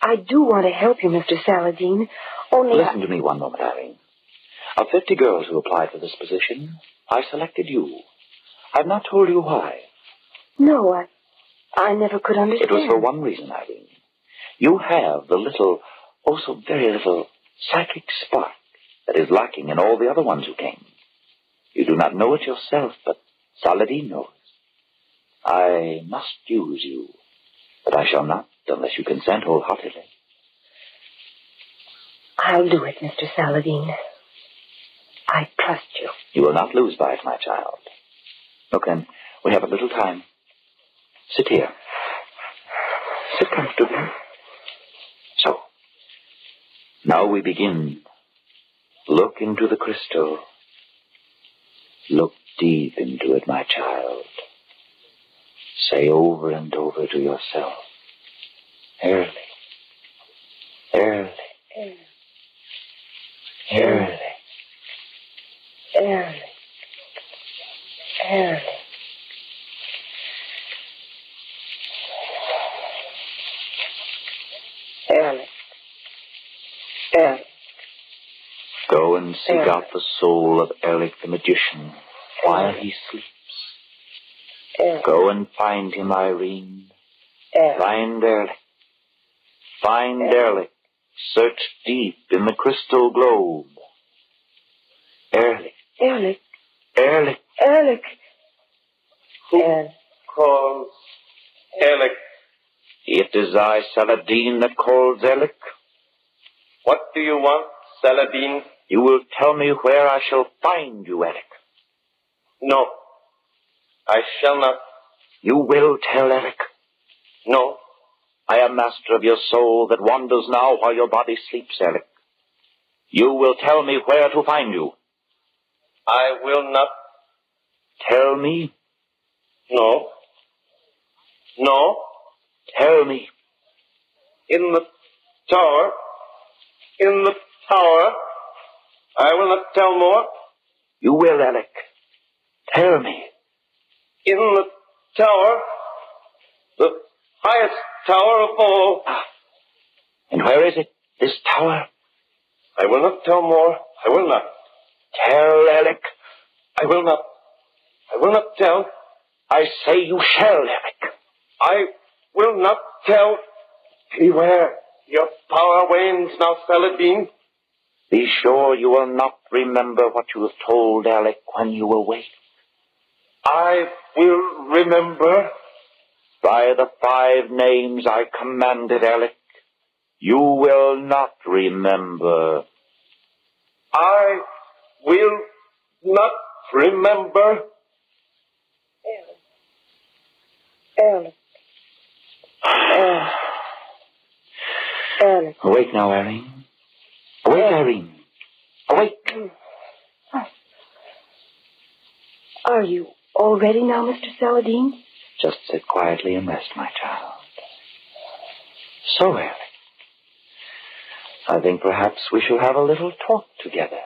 I do want to help you, Mr. Saladin. Only. I- Listen to me one moment, Irene. Of 50 girls who applied for this position, I selected you. I've not told you why. No, I. I never could understand. It was for one reason, Irene. You have the little, oh so very little, psychic spark that is lacking in all the other ones who came. You do not know it yourself, but Saladin knows. I must use you, but I shall not unless you consent wholeheartedly. I'll do it, Mr. Saladin. I trust you. You will not lose by it, my child. Look, then, we have a little time. Sit here. Sit comfortably. So, now we begin. Look into the crystal. Look deep into it, my child. Say over and over to yourself, early, early, early, Early. Early. Early. Early. Go and seek Eric. out the soul of Eric the magician while he sleeps. Go and find him, Irene. Find Eric. Find Eric. Search deep in the crystal globe. Eric. Ehrlich. Eric. Ehrlich. Ehrlich. Calls Eric. It is I, Saladin, that calls Eric. What do you want, Saladin? You will tell me where I shall find you, Eric. No. I shall not. You will tell Eric. No. I am master of your soul that wanders now while your body sleeps, Eric. You will tell me where to find you. I will not. Tell me. No. No. Tell me. In the tower. In the tower. I will not tell more. You will, Alec. Tell me. In the tower. The highest tower of all. And where is it? This tower? I will not tell more. I will not. Tell, Alec. I will not. I will not tell. I say you shall, Eric. I will not tell. Beware. Your power wanes now, Saladin. Be sure you will not remember what you have told Alec when you awake. I will remember. By the five names I commanded, Alec, you will not remember. I will not remember. Ehrlich. Ehrlich. Ehrlich. Awake now, Irene. Awake, Irene. Awake. Are you all ready now, Mr. Saladin? Just sit quietly and rest, my child. So, Eric, I think perhaps we shall have a little talk together.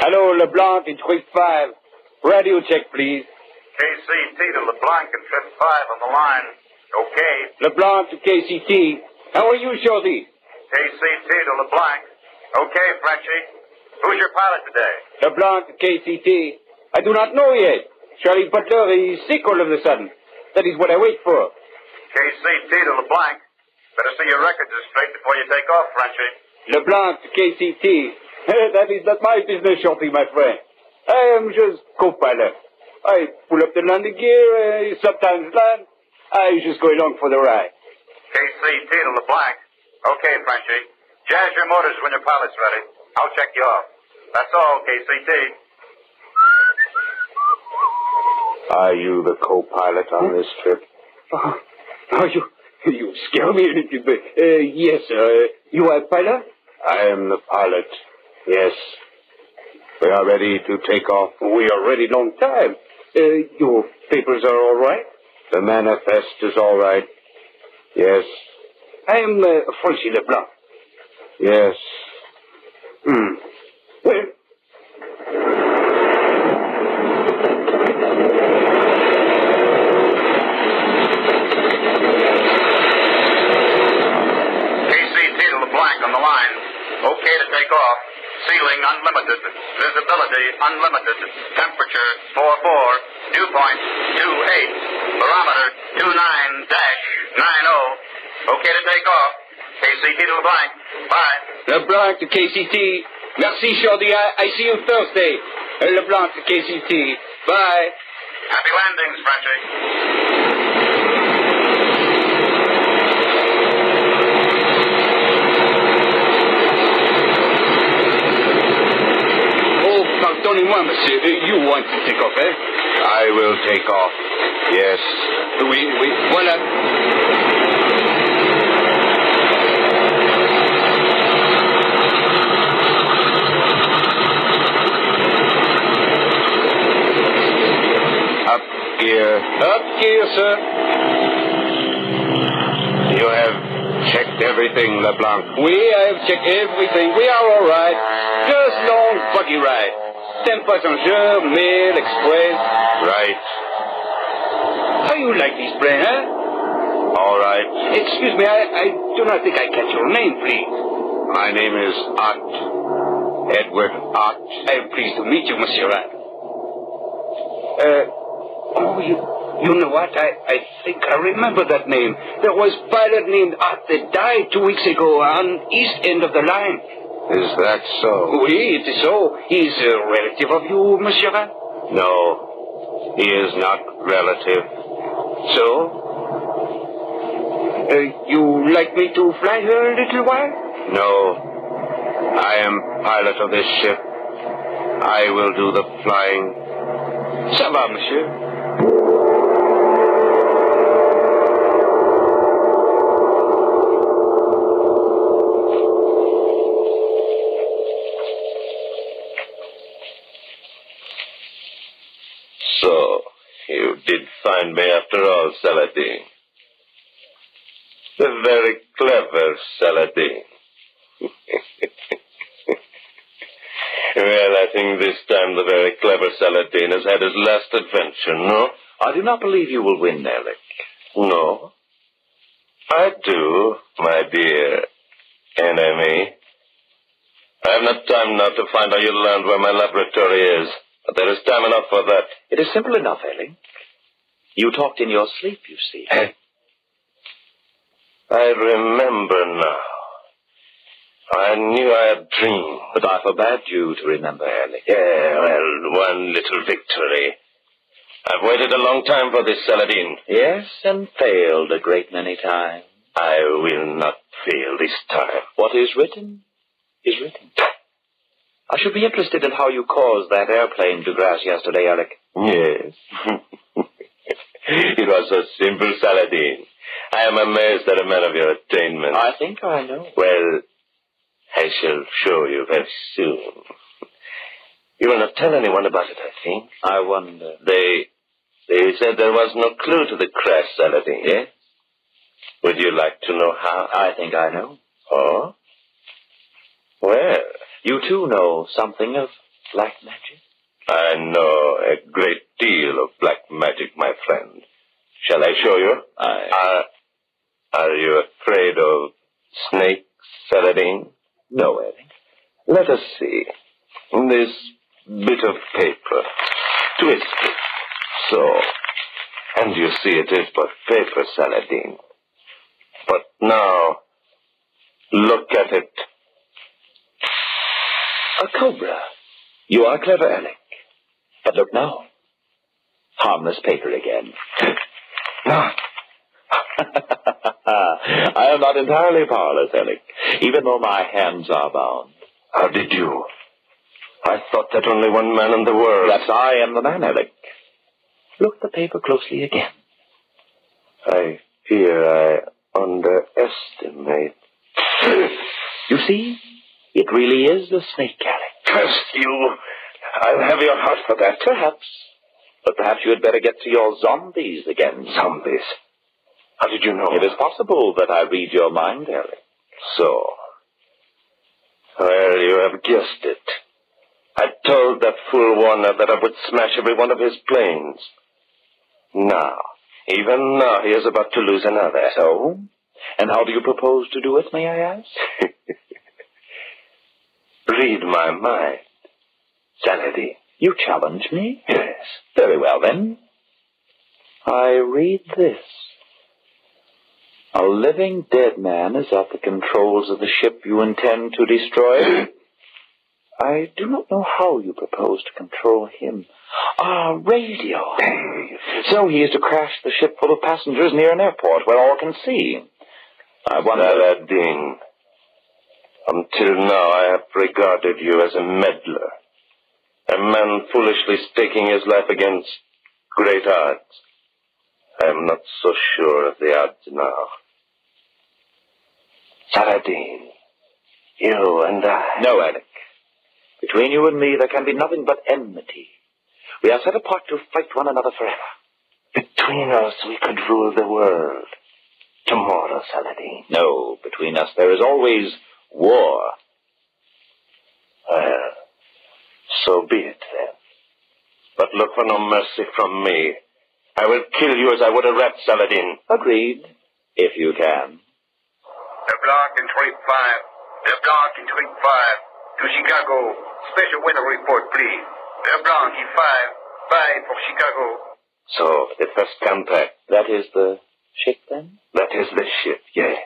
Hello, LeBlanc, it's week five. Radio check, please. KCT to LeBlanc and Trip 5 on the line. Okay. LeBlanc to KCT. How are you, Shorty? KCT to LeBlanc. Okay, Frenchie. Who's your pilot today? LeBlanc to KCT. I do not know yet. Charlie Butler is sick all of a sudden. That is what I wait for. KCT to LeBlanc. Better see your records is straight before you take off, Frenchie. LeBlanc to KCT. that is not my business, Shorty, my friend. I am just co-pilot. I pull up the landing gear, I sometimes land. I just go along for the ride. KCT to LeBlanc. Okay, Frenchie. Jazz your motors when your pilot's ready. I'll check you off. That's all, KCT. Are you the co-pilot on this trip? Oh, oh, you, you scare me a little bit. Uh, yes, sir. You are pilot? I am the pilot. Yes. We are ready to take off. We are ready long time. Uh, your papers are all right? The manifest is all right. Yes. I am uh, Francis Leblanc. Yes. Hmm. Well, KCT to LeBlanc on the line. Okay to take off. Ceiling unlimited. Visibility unlimited. Temperature 44. Dew point 28. Barometer 29 90. oh. Okay to take off. KCT to LeBlanc. Bye. LeBlanc to KCT. Merci, Shorty. I, I see you Thursday. Uh, LeBlanc to KCT. Bye. Happy landings, Frenchie. Oh, pardonnez-moi, monsieur. Uh, You want to take off, eh? I will take off. Yes. We, we, voilà. Up gear. Up gear, sir. You have checked everything, LeBlanc. We have checked everything. We are all right. Just long buggy ride. Ten passengers, mail, express. Right. How you like this plane, huh? All right. Excuse me, I, I do not think I catch your name, please. My name is Ott. Edward Ott. I am pleased to meet you, Monsieur Ott. Uh, oh, you, you know what? I, I think I remember that name. There was a pilot named Ott that died two weeks ago on east end of the line. Is that so? Oui, it is so. He's a relative of you, Monsieur Ott. No. He is not relative. So? Uh, you like me to fly her a little while? No. I am pilot of this ship. I will do the flying. Ça va, monsieur. So, you did find me after all, Saladin. The very clever Saladin. well, I think this time the very clever Saladin has had his last adventure, no? I do not believe you will win, Alec. No. I do, my dear enemy. I have not time now to find how you learned where my laboratory is, but there is time enough for that. It is simple enough, Ellie. You talked in your sleep, you see. I remember now. I knew I had dreamed. But I forbade you to remember, Ellie. Yeah, well, one little victory. I've waited a long time for this, Saladin. Yes, and failed a great many times. I will not fail this time. What is written is written. I should be interested in how you caused that airplane to crash yesterday, Alec. Yes. it was so simple, Saladin. I am amazed at a man of your attainment. I think I know. Well, I shall show you very soon. You will not tell anyone about it, I think. I wonder. They, they said there was no clue to the crash, Saladin. Yes? eh? Would you like to know how? I think I know. Oh? Well, You too know something of black magic. I know a great deal of black magic, my friend. Shall I show you? I. Are, are you afraid of snakes, Saladin? No, Ellie. Let us see. This bit of paper. Twist it. So. And you see it is but paper, Saladin. But now, look at it. A cobra. You are clever, Alec. But look now. Harmless paper again. Now, I am not entirely powerless, Alec, even though my hands are bound. how did you? I thought that only one man in the world. Perhaps I am the man, Alec. Look at the paper closely again. I fear I underestimate. You see? It really is a snake, Alec. Curse you! I'll have your heart for that. Perhaps. But perhaps you had better get to your zombies again. Zombies. How did you know? It is possible that I read your mind, Alec. So. Well, you have guessed it. I told that fool Warner that I would smash every one of his planes. Now, even now, he is about to lose another. So? And how do you propose to do it, may I ask? Read my mind, Saladin. You challenge me? Yes. Very well, then. I read this. A living dead man is at the controls of the ship you intend to destroy. I do not know how you propose to control him. Ah, radio. so he is to crash the ship full of passengers near an airport where all can see. I wonder. Aladdin, until now I have regarded you as a meddler, a man foolishly staking his life against great odds. I am not so sure of the odds now. Saladin, you and I. No, Alec. Between you and me, there can be nothing but enmity. We are set apart to fight one another forever. Between us, we could rule the world. Tomorrow, Saladin. No, between us, there is always war. Well, so be it then. But look for no mercy from me. I will kill you as I would a rat, Saladin. Agreed, if you can. Block in 25. LeBlanc in 25. To Chicago. Special weather report, please. LeBlanc in 5. Bye for Chicago. So, the first contact. That is the ship, then? That is the ship, yes.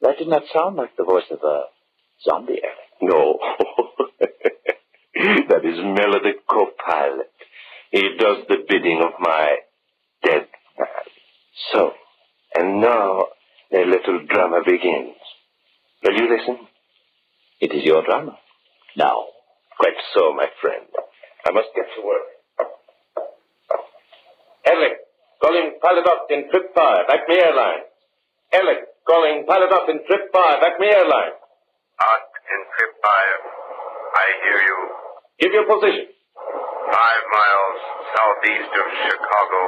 That did not sound like the voice of a zombie, Eric. No. that is Miller, the co-pilot. He does the bidding of my dead man. So, and now the little drama begins. Will you listen? It is your drama. Now. Quite so, my friend. I must get to work. Alec, calling pilot up in trip 5, Acme Airlines. Alec, calling pilot up in trip 5, Acme Airlines. Out in trip 5. I hear you. Give your position. Five miles southeast of Chicago.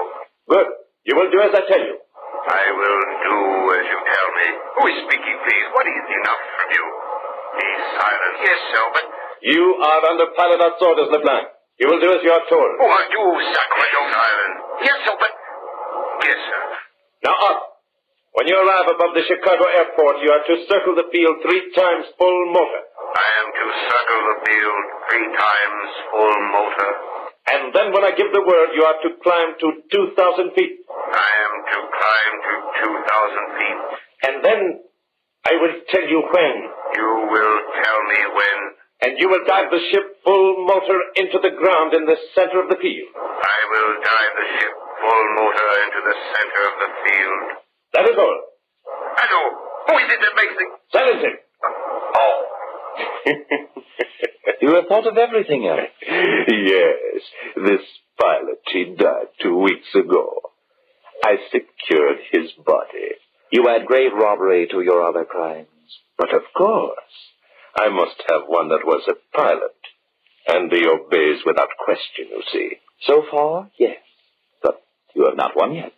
Good. You will do as I tell you. I will do as you tell me. Who is speaking, please? What is enough from you? Be silent. Yes, Selbin. You are under pilot out's orders, LeBlanc. You will do as you are told. Who are you, Sacramento Island? Yes, Selbin. Yes, sir. Now up. When you arrive above the Chicago airport, you are to circle the field three times full motor. I am to circle the field three times full motor. And then when I give the word, you are to climb to 2,000 feet. I am to climb to 2,000 feet. And then I will tell you when. You will tell me when. And you will dive the ship full motor into the ground in the center of the field. I will dive the ship full motor into the center of the field. That is all. Hello. Who is it that makes the... Silence him. Oh. You have thought of everything, Eric. yes, this pilot, he died two weeks ago. I secured his body. You add grave robbery to your other crimes. But of course, I must have one that was a pilot. And he obeys without question, you see. So far, yes. But you have not won yet.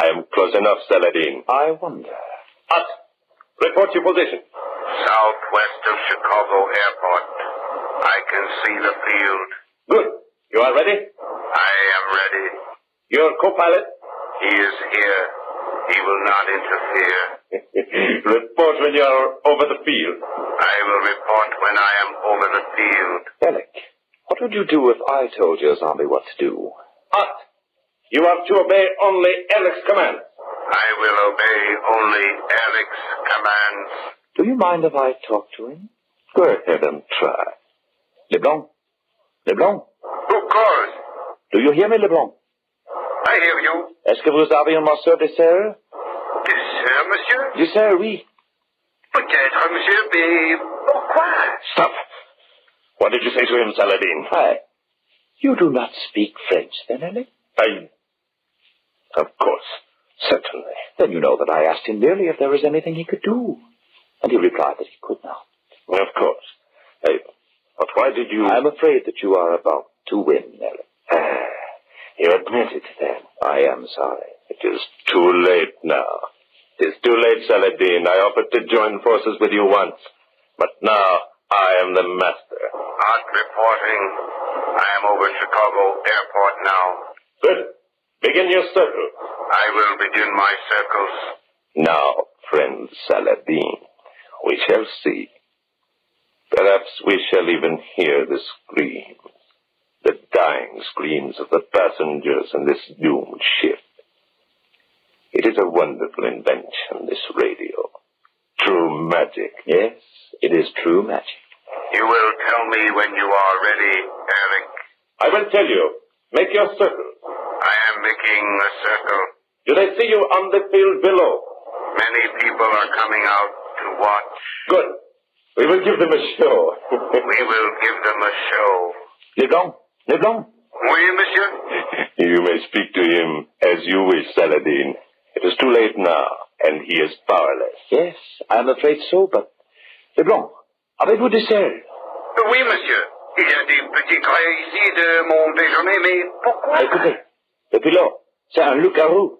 I am close enough, Saladin. I wonder. Up. Report your position. Southwest of Chicago Airport. I can see the field. Good. You are ready? I am ready. Your co-pilot? He is here. He will not interfere. report when you are over the field. I will report when I am over the field. Alec, what would you do if I told your zombie what to do? Up. You are to obey only Eric's commands. I will obey only Eric's commands. Do you mind if I talk to him? Go ahead and try. Leblanc? Leblanc? Who calls? Do you hear me, Leblanc? I hear you. Est-ce que vous avez un monsieur de serre? Dessert, monsieur? Du serre, oui. Peut-être, monsieur, mais pourquoi? Stop! What did you say to him, Saladin? Hi. You do not speak French, then, Alec? I. Of course. Certainly. Then you know that I asked him merely if there was anything he could do. And he replied that he could not. Well, of course. Hey, but why did you. I am afraid that you are about to win, Nellie. Ah, you admit it then. I am sorry. It is too late now. It is too late, Saladin. I offered to join forces with you once. But now I am the master. Not reporting. I am over Chicago Airport now. Good. Begin your circle. I will begin my circles. Now, friend Saladin, we shall see. Perhaps we shall even hear the screams, the dying screams of the passengers in this doomed ship. a wonderful invention, this radio. True magic. Yes, it is true magic. You will tell me when you are ready, Alec. I will tell you. Make your circle. I am making a circle. Do they see you on the field below? Many people are coming out to watch. Good. We will give them a show. we will give them a show. You're gone. You're gone. Oui, monsieur? You may speak to him as you wish, Saladin. It is too late now, and he is powerless. Yes, I'm afraid so, but. Leblanc, avez-vous des selles Oui, monsieur. Il y a des petits traits ici de mon déjeuner, mais pourquoi Ah, Écoutez, le pilot, c'est un loup-garou.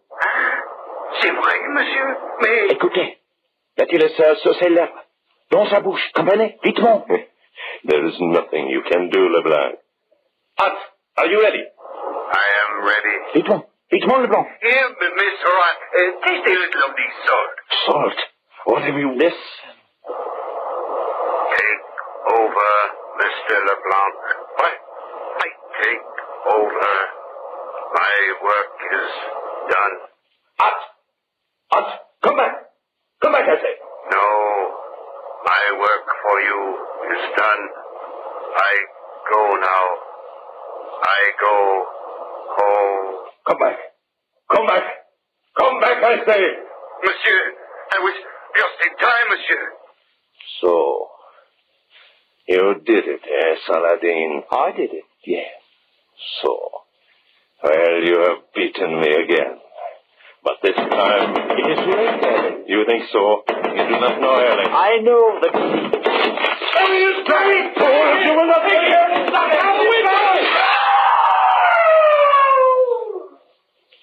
C'est vrai, monsieur, mais... Écoutez, là-tu le sa sur ses lèvres, dans sa bouche, comprenez Vite-moi. There is nothing you can do, Leblanc. Hot, are you ready? I am ready. Vite-moi, vite-moi, Leblanc. Here, Miss Horat, uh, taste a little of the salt. Salt, whatever you miss. Take over, Mr. LeBlanc. What? I take over. My work is done. Hot. Hot. Come back. Come back, I say. No, my work for you is done. I go now. I go home. Come back. Come back. Come back, I say. Monsieur, I was just in time, monsieur. So, you did it, eh, Saladin? I did it, yes. So, well, you have beaten me again. But this time, It is late, Alex. you think so? You do not know, Alex. I know that.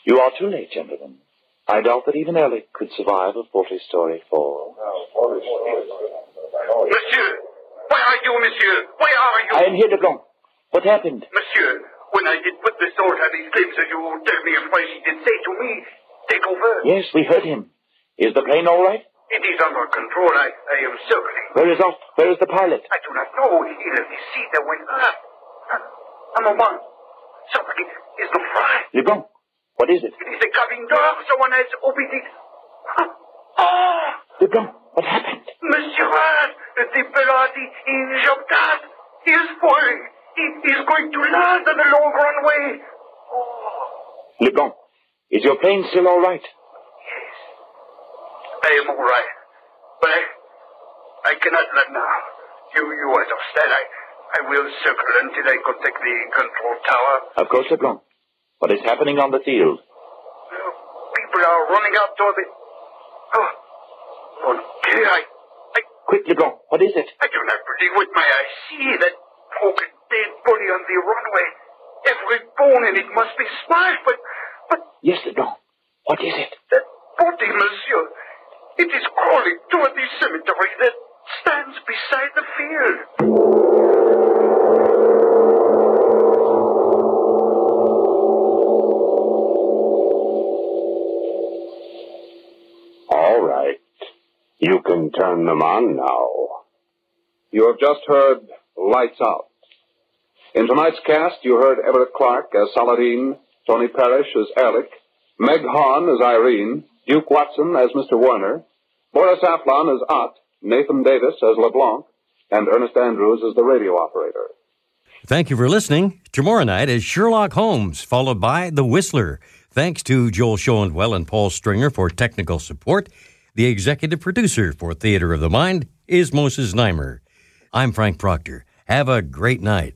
You are too late, gentlemen. I doubt that even Alec could survive a 40 story fall. Monsieur, where are you, monsieur? Where are you? I am here, Leblanc. What happened? Monsieur, when I did put the sword on his lips, as you tell me of she did say to me, take over. Yes, we heard him. Is the plane all right? It is under control. I, I am circling. Where is Ost? Where is the pilot? I do not know. He left the sea that went up. I, am a man. Somebody is the fry. Leblanc, what is it? It is a cabin door. Someone has opened it. Ah! Leblanc, what happened? Monsieur, Rat, the pilot is in Jobtat. He is falling. He is going to land on the long runway. Leblanc, is your plane still all right? I am all right, but I, I cannot land now. You, you understand? I, I will circle until I contact the control tower. Of course, Leblanc. What is happening on the field? People are running out toward the. Oh, mon Dieu! I, Quick, Leblanc, what is it? I do not believe with my eyes see that broken dead body on the runway. Every bone in it must be smashed, but Yes, Leblanc. What is it? body, Monsieur, it is crawling toward the cemetery that stands beside the field. All right. You can turn them on now. You have just heard Lights Out. In tonight's cast, you heard Everett Clark as Saladin, Tony Parrish as Alec, Meg Hahn as Irene, Duke Watson as Mr. Werner, Boris Aflon as Ott, Nathan Davis as LeBlanc, and Ernest Andrews as the radio operator. Thank you for listening. Tomorrow night is Sherlock Holmes, followed by The Whistler. Thanks to Joel Schoenwell and Paul Stringer for technical support. The executive producer for Theater of the Mind is Moses Neimer. I'm Frank Proctor. Have a great night.